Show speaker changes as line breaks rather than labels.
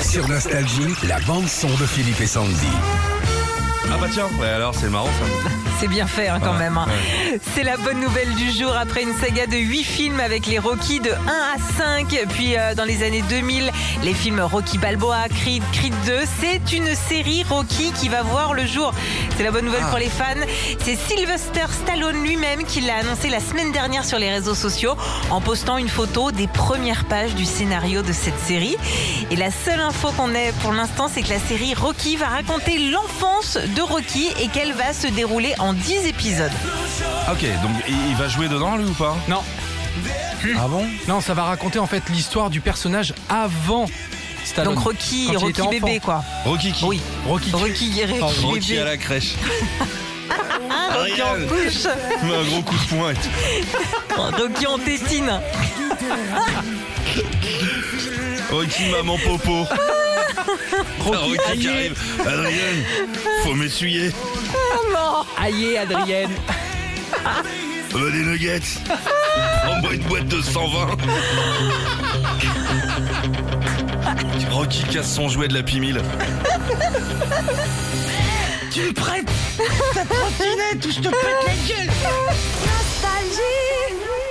Sur Nostalgie, la bande-son de Philippe et Sandy.
Ah bah tiens, ouais alors c'est marrant ça.
C'est bien fait hein, quand
Ouais,
même. hein. C'est la bonne nouvelle du jour après une saga de 8 films avec les Rocky de 1 à 5. Puis euh, dans les années 2000, les films Rocky Balboa, Creed, Creed 2. C'est une série Rocky qui va voir le jour. C'est la bonne nouvelle pour les fans. C'est Sylvester Stallone lui-même qui l'a annoncé la semaine dernière sur les réseaux sociaux en postant une photo des premières pages du scénario de cette série. Et la seule info qu'on ait pour l'instant, c'est que la série Rocky va raconter l'enfance de Rocky et qu'elle va se dérouler en 10 épisodes.
Ah, ok, donc il, il va jouer dedans lui ou pas
Non,
Ah bon
non, ça va raconter en fait l'histoire du personnage avant Stallone.
Donc Rocky,
Quand il était
Rocky
enfant.
bébé quoi.
Rocky qui
Oui.
Rocky.
Rocky guéri.
Oh,
Rocky
Rocky à
bébé.
la crèche.
Ah, Rocky en
Ariel.
couche.
Mais un gros coup de poing. et tout.
Rocky en tétine.
Rocky maman popo. Rocky, Rocky qui
aïe.
arrive. Adrien, faut m'essuyer.
Aïe, Adrienne.
On veut des nuggets. Envoie une boîte de 120. Rocky casse son jouet de la pimille.
Nostalgie.